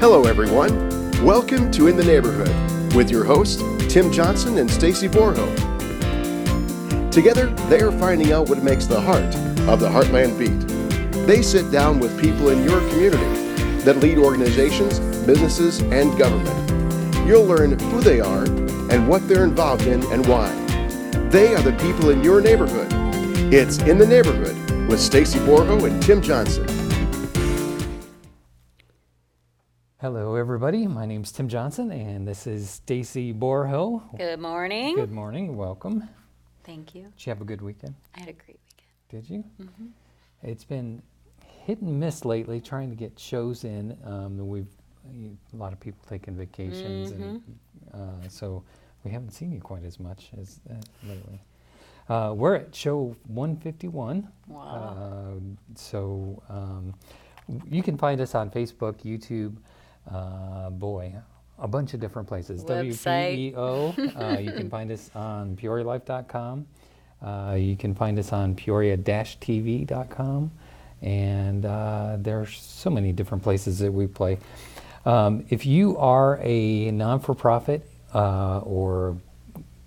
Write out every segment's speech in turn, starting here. Hello, everyone. Welcome to In the Neighborhood with your hosts, Tim Johnson and Stacy Borho. Together, they are finding out what makes the heart of the Heartland beat. They sit down with people in your community that lead organizations, businesses, and government. You'll learn who they are and what they're involved in and why. They are the people in your neighborhood. It's In the Neighborhood with Stacy Borho and Tim Johnson. Hello, everybody. My name's Tim Johnson, and this is Stacy Borho. Good morning. Good morning. Welcome. Thank you. Did you have a good weekend? I had a great weekend. Did you? It's been hit and miss lately trying to get shows in. Um, we've a lot of people taking vacations, and uh, so we haven't seen you quite as much as uh, lately. Uh, we're at show 151. Wow. Um, so um, w- you can find us on Facebook, YouTube, uh, boy, a bunch of different places. Website. WPEO. E uh, you can find us on PeoriaLife.com. Uh, you can find us on Peoria-TV.com, and uh, there are so many different places that we play. Um, if you are a non-for-profit uh, or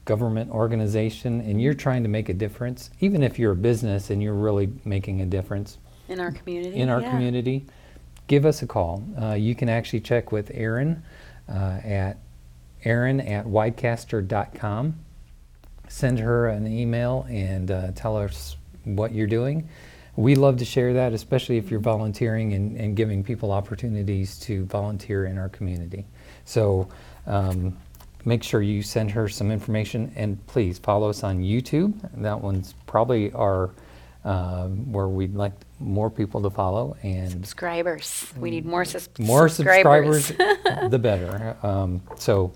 government organization and you're trying to make a difference, even if you're a business and you're really making a difference In our community. in our Yeah. community, give us a call. Uh, you can actually check with Aaron uh, at Aaron at widecaster.com. Send her an email and uh, tell us what you're doing. We love to share that, especially if you're volunteering and, and giving people opportunities to volunteer in our community. So um, make sure you send her some information and please follow us on YouTube. That one's probably our um, where we'd like more people to follow and Subscribers. We need more, sus- more subscribers. subscribers, the better. Um, so,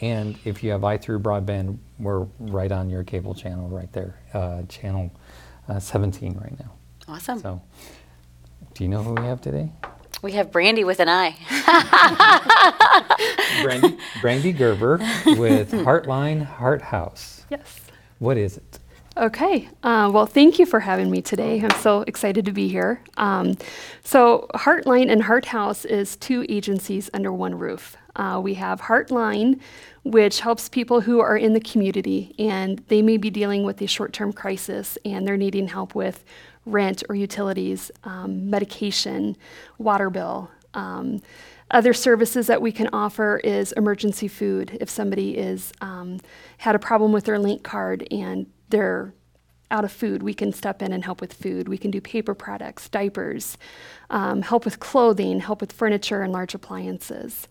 and if you have iThrough broadband, we're right on your cable channel right there, uh, channel uh, 17 right now. awesome. So, do you know who we have today? We have Brandy with an eye. Brandy, Brandy Gerber with Heartline Heart House. Yes. What is it? Okay. Uh, well, thank you for having me today. I'm so excited to be here. Um, so, Heartline and HeartHouse is two agencies under one roof. Uh, we have Heartline, which helps people who are in the community and they may be dealing with a short term crisis and they're needing help with rent or utilities, um, medication, water bill. Um, other services that we can offer is emergency food if somebody is um, had a problem with their link card and they're out of food we can step in and help with food we can do paper products diapers um, help with clothing help with furniture and large appliances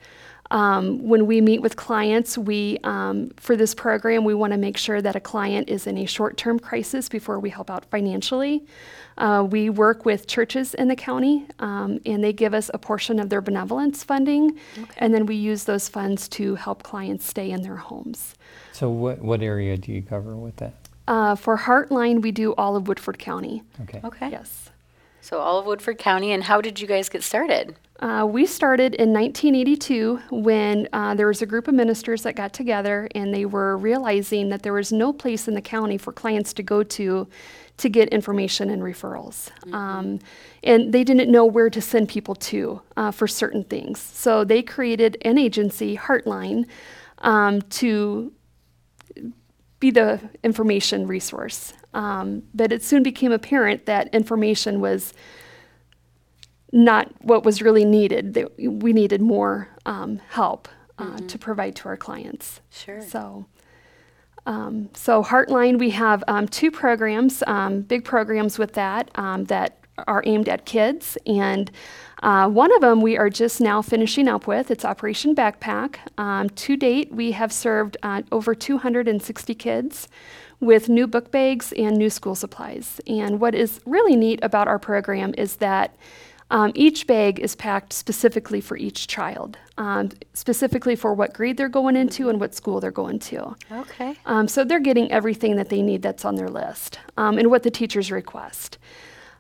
um, when we meet with clients we um, for this program we want to make sure that a client is in a short-term crisis before we help out financially uh, we work with churches in the county um, and they give us a portion of their benevolence funding and then we use those funds to help clients stay in their homes So, what, what area do you cover with that? uh, for Heartline, we do all of Woodford County. Okay. Okay. Yes. So all of Woodford County. And how did you guys get started? Uh, we started in 1982 when uh, there was a group of ministers that got together and they were realizing that there was no place in the county for clients to go to to get information and referrals. Um, and they didn't know where to send people to uh, for certain things. So they created an agency, Heartline, um, to be the information resource. Um, but it soon became apparent that information was not what was really needed. That we needed more um, help uh, to provide to our clients. Sure. So, um, so Heartline, we have um, two programs, um, big programs with that um, that are aimed at kids, and uh, one of them we are just now finishing up with. It's Operation Backpack. Um, to date, we have served uh, over 260 kids with new book bags and new school supplies. And what is really neat about our program is that. Um, each bag is packed specifically for each child, um, specifically for what grade they're going into and what school they're going to. Okay. Um, so they're getting everything that they need that's on their list um, and what the teachers request.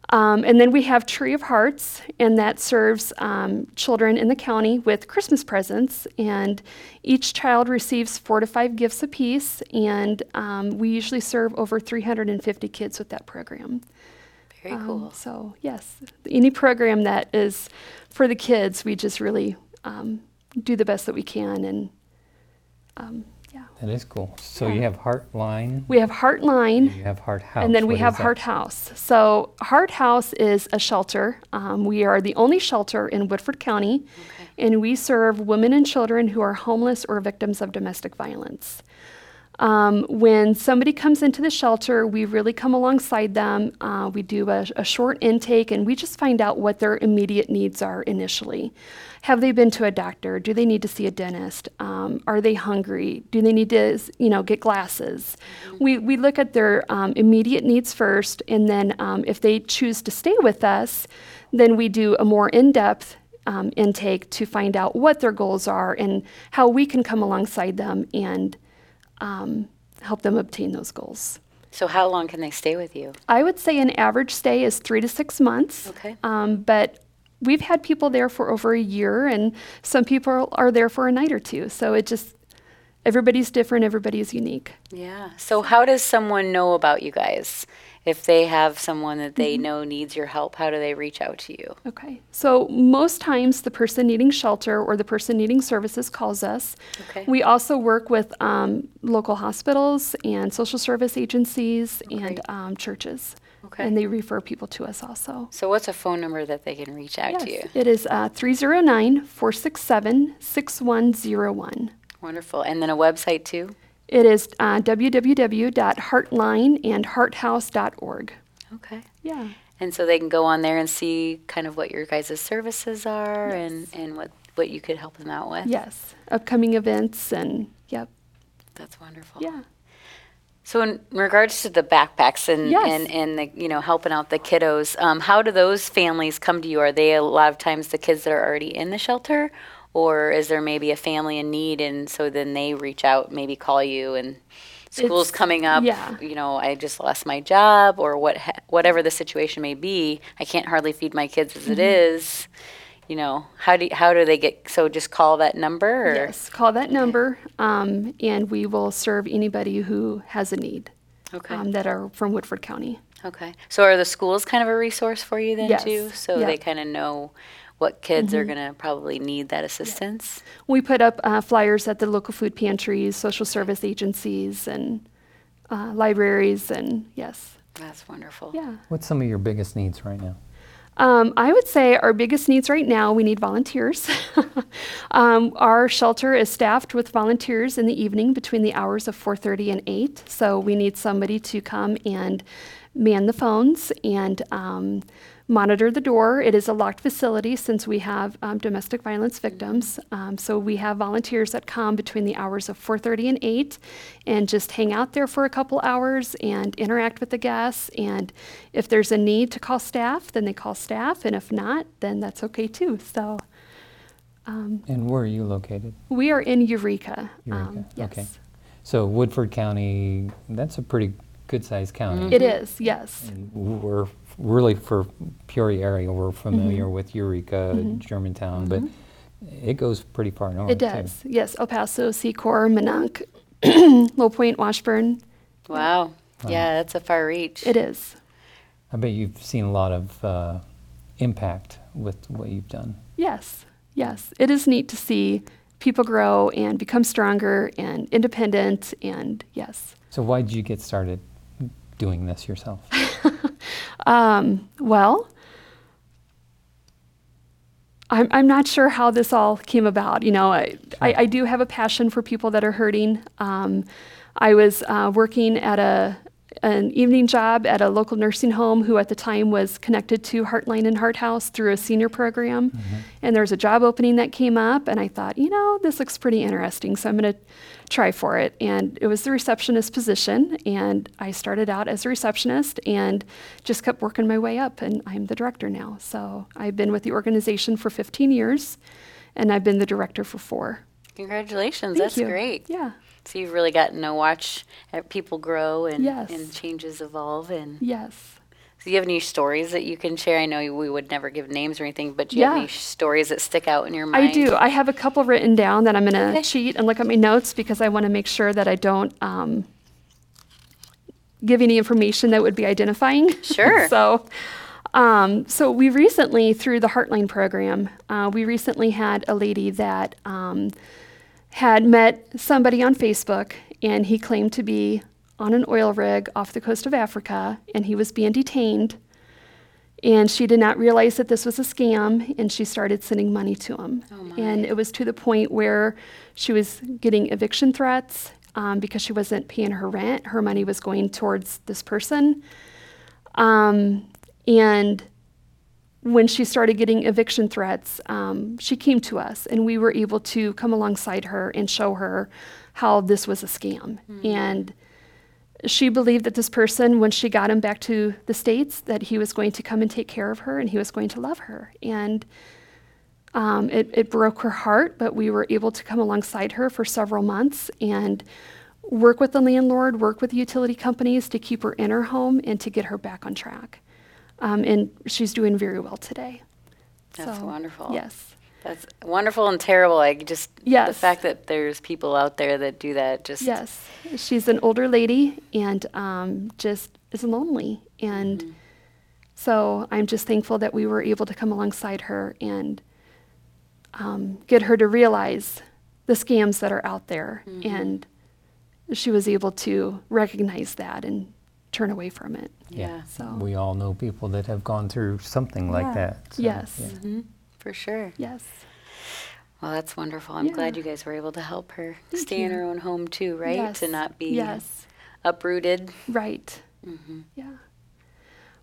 Um, and then we have Tree of Hearts, and that serves um, children in the county with Christmas presents. And each child receives four to five gifts apiece, and um, we usually serve over 350 kids with that program. Very Um, cool. So, yes, any program that is for the kids, we just really um, do the best that we can. And um, yeah, That is cool. So you have Heartline, we have Heartline. you have Heart House. And then we What have is that? Hart House. So Hart House is a shelter. Um, we are the only shelter in Woodford County, and we serve women and children who are homeless or victims of domestic violence. Um, when somebody comes into the shelter, we really come alongside them. Uh, we do a, a short intake and we just find out what their immediate needs are initially. Have they been to a doctor? Do they need to see a dentist? Um, are they hungry? Do they need to, you know, get glasses? We, we look at their um, immediate needs first, and then um, if they choose to stay with us, then we do a more in depth um, intake to find out what their goals are and how we can come alongside them and um, help them obtain those goals. So how long can they stay with you? I would say an average stay is three to six months. Okay. Um, but we've had people there for over a year, and some people are there for a night or two. So it just, everybody's different, everybody's unique. Yeah. So how does someone know about you guys? If they have someone that they know needs your help, how do they reach out to you? Okay. So most times the person needing shelter or the person needing services calls us. Okay. We also work with um, local hospitals and social service agencies and um, churches. Okay. And they refer people to us also. So what's a phone number that they can reach out to you? Yes, it is uh, 309 467 6101. Wonderful. And then a website too? It is uh, www.heartlineandhearthouse.org. Okay. Yeah. And so they can go on there and see kind of what your guys' services are and, and what, what you could help them out with. Yes. Upcoming events and, yep. That's wonderful. Yeah. So in regards to the backpacks and Yes. and, and the you know helping out the kiddos, um, how do those families come to you? Are they a lot of times the kids that are already in the shelter, or is there maybe a family in need and so then they reach out, maybe call you and school's It's- coming up. yeah. You know, I just lost my job or what ha- whatever the situation may be. I can't hardly feed my kids as it Mm-hmm. is. You know, how do how do they get? So just call that number. Or? Yes. Call that number um, and we will serve anybody who has a need Okay. um, that are from Woodford County. Okay. So are the schools kind of a resource for you then Yes. Mm-hmm. too? So Yeah. they kind of know what kids are going to probably need that assistance. We put up uh, flyers at the local food pantries, social service agencies, and uh, libraries, and yes. That's wonderful. Yeah. What's some of your biggest needs right now? Um, I would say our biggest needs right now, we need volunteers. um, our shelter is staffed with volunteers in the evening between the hours of 4.30 and 8. So we need somebody to come and man the phones and um, monitor the door. It is a locked facility since we have um, domestic violence victims. Um, so we have volunteers that come between the hours of 4.30 and 8 and just hang out there for a couple hours and interact with the guests. And if there's a need to call staff, then they call staff. And if not, then that's okay too. So And where are you located? we are in Eureka. Eureka. Um, Okay. Mm-hmm. yes. So Woodford County, that's a pretty good-sized county. It is, yes. we're really for Peoria area, we're familiar Mm-hmm. with Eureka, Germantown, but it goes pretty far north. It too. does. Yes, El Paso, Secor, Mononk, Low Point, Washburn. Wow. Yeah, that's a far reach. It is. I bet you've seen a lot of uh, impact with what you've done. Yes, yes. It is neat to see people grow and become stronger and independent. And yes, So why did you get started doing this yourself? um, well, I'm, I'm not sure how this all came about. You know, I, I, I do have a passion for people that are hurting. Um, I was uh, working at a an evening job at a local nursing home who at the time was connected to Heartline and Heart House through a senior program. And there was a job opening that came up and I thought, you know, this looks pretty interesting, so I'm going to try for it. And it was the receptionist position and I started out as a receptionist and just kept working my way up and I'm the director now. So, I've been with the organization for 15 years and I've been the director for 4. Congratulations. Thank that's you. great. Yeah. So you've really gotten to watch uh, people grow and, Yes. and changes evolve. And Yes. do you have any stories that you can share? I know you- we would never give names or anything, but do you have Yeah. any stories that stick out in your mind? I do. I have a couple written down that I'm going to Okay. cheat and look at my notes because I want to make sure that I don't um, give any information that would be identifying. Sure. so, Um, so we recently, through the Heartline program, uh, we recently had a lady that um, had met somebody on Facebook, and he claimed to be on an oil rig off the coast of Africa, and he was being detained. And she did not realize that this was a scam, and she started sending money to him. and it was to the point where she was getting eviction threats um, because she wasn't paying her rent. Her money was going towards this person. Um, and when she started getting eviction threats, um, she came to us and we were able to come alongside her and show her how this was a scam. And she believed that this person, when she got him back to the States, that he was going to come and take care of her and he was going to love her. And um, it, it broke her heart, but we were able to come alongside her for several months and work with the landlord, work with utility companies to keep her in her home and to get her back on track. Um, and she's doing very well today. That's So, wonderful. Yes. That's wonderful and terrible. Like just the Yes. fact that there's people out there that do that. Just Yes. She's an older lady and um, just is lonely. And Mm-hmm. so I'm just thankful that we were able to come alongside her and um, get her to realize the scams that are out there. Mm-hmm. And she was able to recognize that and turn away from it. yeah, So, We all know people that have gone through something like that. so, yes. yeah. for sure. Yes. Well, that's wonderful. I'm glad Yeah. you guys were able to help her stay in her own home too, right? To Yes. not be Yes. uprooted. Right. Yeah.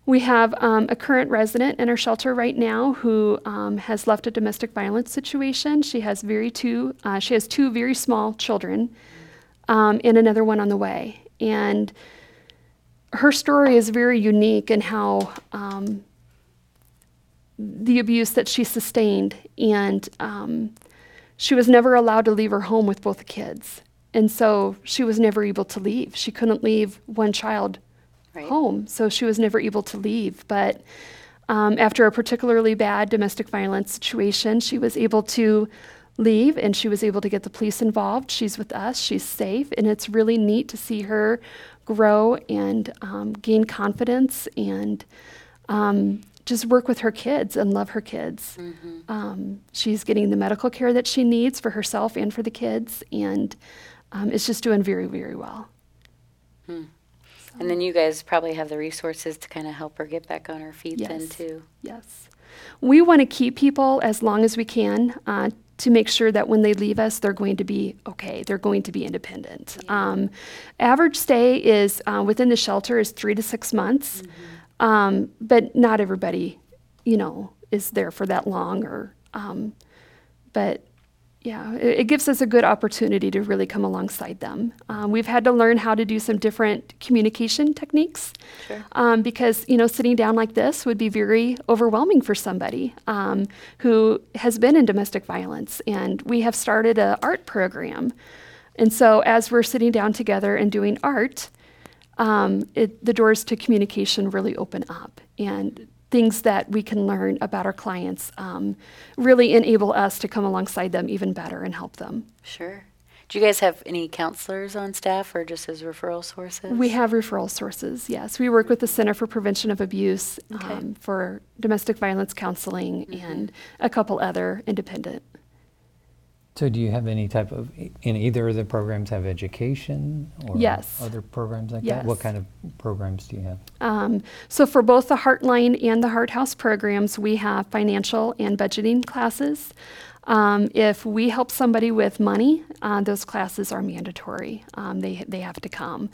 We have um, a current resident in our shelter right now who um, has left a domestic violence situation. She has very two. Uh, she has two very small children, um, and another one on the way. And her story is very unique in how um, the abuse that she sustained, and um, she was never allowed to leave her home with both the kids. And so she was never able to leave. She couldn't leave one child Right. home, so she was never able to leave. But um, after a particularly bad domestic violence situation, she was able to leave and she was able to get the police involved. She's with us, she's safe, and it's really neat to see her grow and um, gain confidence and um, just work with her kids and love her kids. Um, she's getting the medical care that she needs for herself and for the kids, and um, it's just doing very, very well. And then you guys probably have the resources to kind of help her get back on her feet then Yes. too. Yes. We want to keep people as long as we can uh, to make sure that when they leave us, they're going to be okay. They're going to be independent. Um, average stay is uh, within the shelter is three to six months, um, but not everybody, you know, is there for that long. Or, um, but yeah, it, it gives us a good opportunity to really come alongside them. Um, we've had to learn how to do some different communication techniques um, because you know sitting down like this would be very overwhelming for somebody um, who has been in domestic violence and we have started a art program and so as we're sitting down together and doing art um, it, the doors to communication really open up and things that we can learn about our clients um, really enable us to come alongside them even better and help them Sure. Do you guys have any counselors on staff or just as referral sources? We have referral sources, yes. We work with the Center for Prevention of Abuse um, for domestic violence counseling and a couple other independent. So, do you have any type of in either of the programs have education or Yes. other programs like that? What Yes. kind of programs do you have? Um, so, for both the Heartline and the Heart House programs, we have financial and budgeting classes. Um, if we help somebody with money, uh, those classes are mandatory. Um, they, they have to come.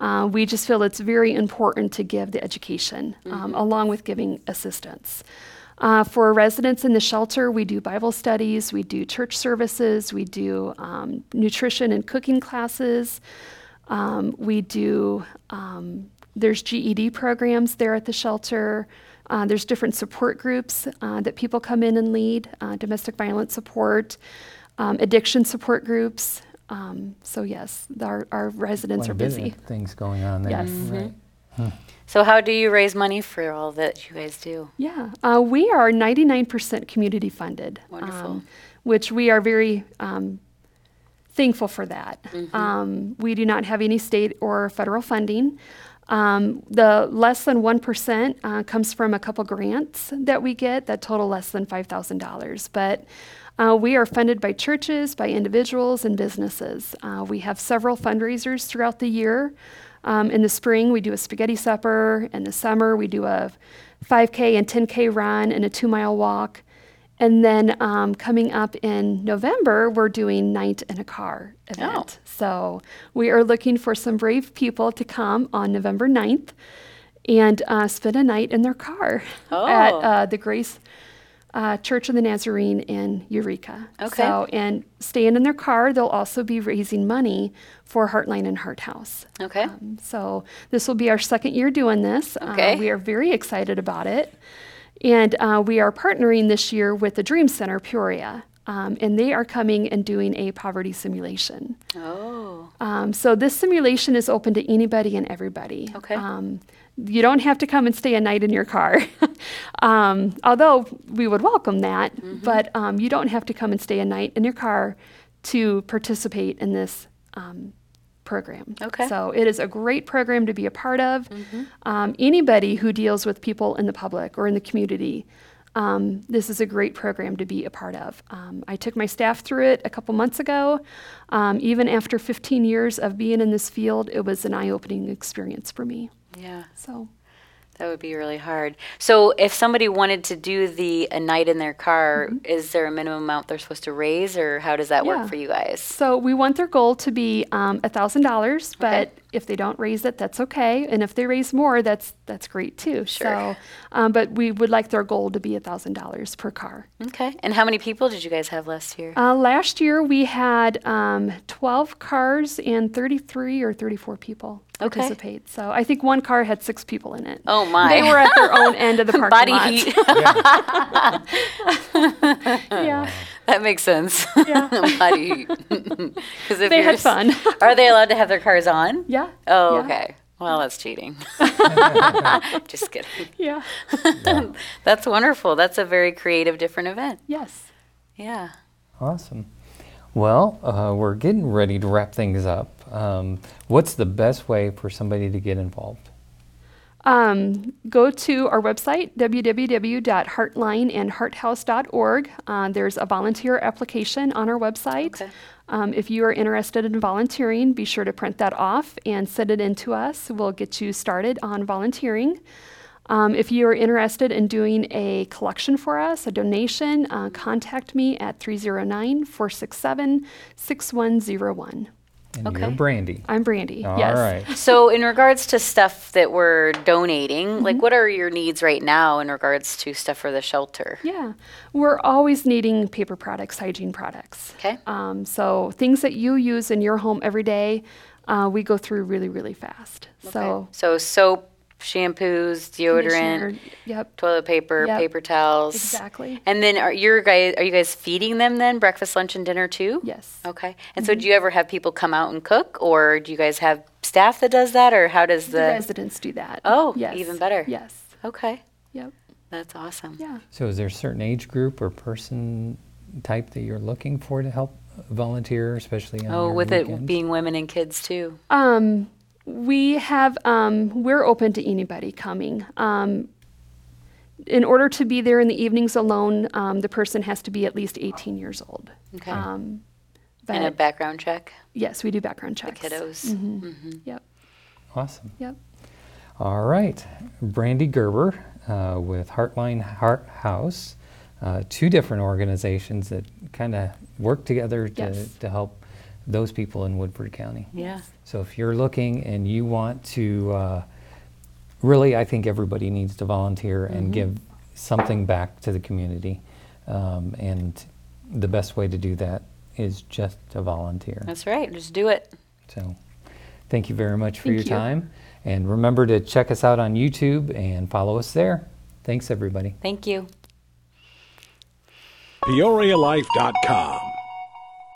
Uh, we just feel it's very important to give the education um, along with giving assistance. Uh, for residents in the shelter, we do Bible studies, we do church services, we do um, nutrition and cooking classes. Um, we do, um, there's GED programs there at the shelter. Uh, there's different support groups uh, that people come in and lead uh, domestic violence support, um, addiction support groups. Um, so, yes, our, our residents Quite are a bit of busy. Things going on there. Yes. Right. Mm-hmm. So how do you raise money for all that you guys do? Yeah, uh, we are 99% community funded. Wonderful. um, which we are very um, thankful for that. Um, we do not have any state or federal funding. Um, the less than 1% uh, comes from a couple grants that we get that total less than $5,000. But uh, we are funded by churches, by individuals, and businesses. Uh, we have several fundraisers throughout the year. Um, in the spring, we do a spaghetti supper. In the summer, we do a 5K and 10K run and a two mile walk. And then um, coming up in November, we're doing Night in a Car Oh. event. So we are looking for some brave people to come on November 9th and uh, spend a night in their car at Oh. uh, the Grace uh, Church of the Nazarene in Eureka. Okay. So, and staying in their car, they'll also be raising money for Heartline and Heart House. Okay. Um, so this will be our second year doing this. Uh, Okay. we are very excited about it. And uh, we are partnering this year with the Dream Center Peoria. Um, and they are coming and doing a poverty simulation. oh. Um, so this simulation is open to anybody and everybody. Okay. Um, you don't have to come and stay a night in your car, um, although we would welcome that. Mm-hmm. But um, you don't have to come and stay a night in your car to participate in this um, program. Okay. Mm-hmm. So it is a great program to be a part of. Um, anybody who deals with people in the public or in the community. Um, this is a great program to be a part of. Um, I took my staff through it a couple months ago. Um, even after 15 years of being in this field, it was an eye opening experience for me. Yeah. So, That would be really hard. So, if somebody wanted to do the a night in their car, is there a minimum amount they're supposed to raise, or how does that Mm-hmm. Yeah. work for you guys? so we want their goal to be um, $1,000, but Okay. if they don't raise it, that's okay. And if they raise more, that's that's great too. Sure. So, um, but we would like their goal to be $1,000 per car. Okay. And how many people did you guys have last year? Uh, last year we had um, 12 cars and 33 or 34 people Okay. participate. So I think one car had six people in it. Oh, my. They were at their own end of the parking Body lot. heat. Yeah. that makes sense. Yeah. Body heat. 'Cause if They you're had s- fun. are they allowed to have their cars on? Yeah. Oh, Yeah. okay. Well, that's cheating. Just kidding. Yeah. That's wonderful. That's a very creative, different event. Yes. Yeah. Awesome. Well, uh, we're getting ready to wrap things up. Um, what's the best way for somebody to get involved? Um, go to our website, www.heartlineandhearthouse.org. Uh, there's a volunteer application on our website. Okay. Um, if you are interested in volunteering, be sure to print that off and send it in to us. We'll get you started on volunteering. Um, if you are interested in doing a collection for us, a donation, uh, contact me at 309 467 6101. And you're Okay. Brandy. I'm Brandy. All yes. right. So, in regards to stuff that we're donating, Mm-hmm. like what are your needs right now in regards to stuff for the shelter? Yeah, we're always needing paper products, hygiene products. Okay. Um, so things that you use in your home every day, uh, we go through really, really fast. So so soap, shampoos, conditioner, deodorant, Yep. toilet paper, Yep. paper towels. Exactly. And then are your guys are you guys feeding them then breakfast, lunch and dinner too? Yes. Mm-hmm. Okay. And so do you ever have people come out and cook or do you guys have staff that does that or how does the, The residents do that. Oh, yes. even better. Yes. Okay. Yep. That's awesome. Yeah. So, is there a certain age group or person type that you're looking for to help volunteer, especially on Oh, your with weekends? it being women and kids too. Um, we have, um, we're open to anybody coming. Um, in order to be there in the evenings alone, um, the person has to be at least 18 years old. Okay. Um, but Mm-hmm. and a background check, yes, we do background checks. kiddos. Yep. awesome. Yep. All right, Brandy Gerber uh, with Heartline Heart House, uh, two different organizations that kind of work together to, Yes. to help those people in Woodford County. Yeah. So if you're looking and you want to, uh, really, I think everybody needs to volunteer and give something back to the community. Um, and the best way to do that is just to volunteer. That's right. Just do it. So thank you very much for Thank your you. time. And remember to check us out on YouTube and follow us there. Thanks, everybody. Thank you. PeoriaLife.com.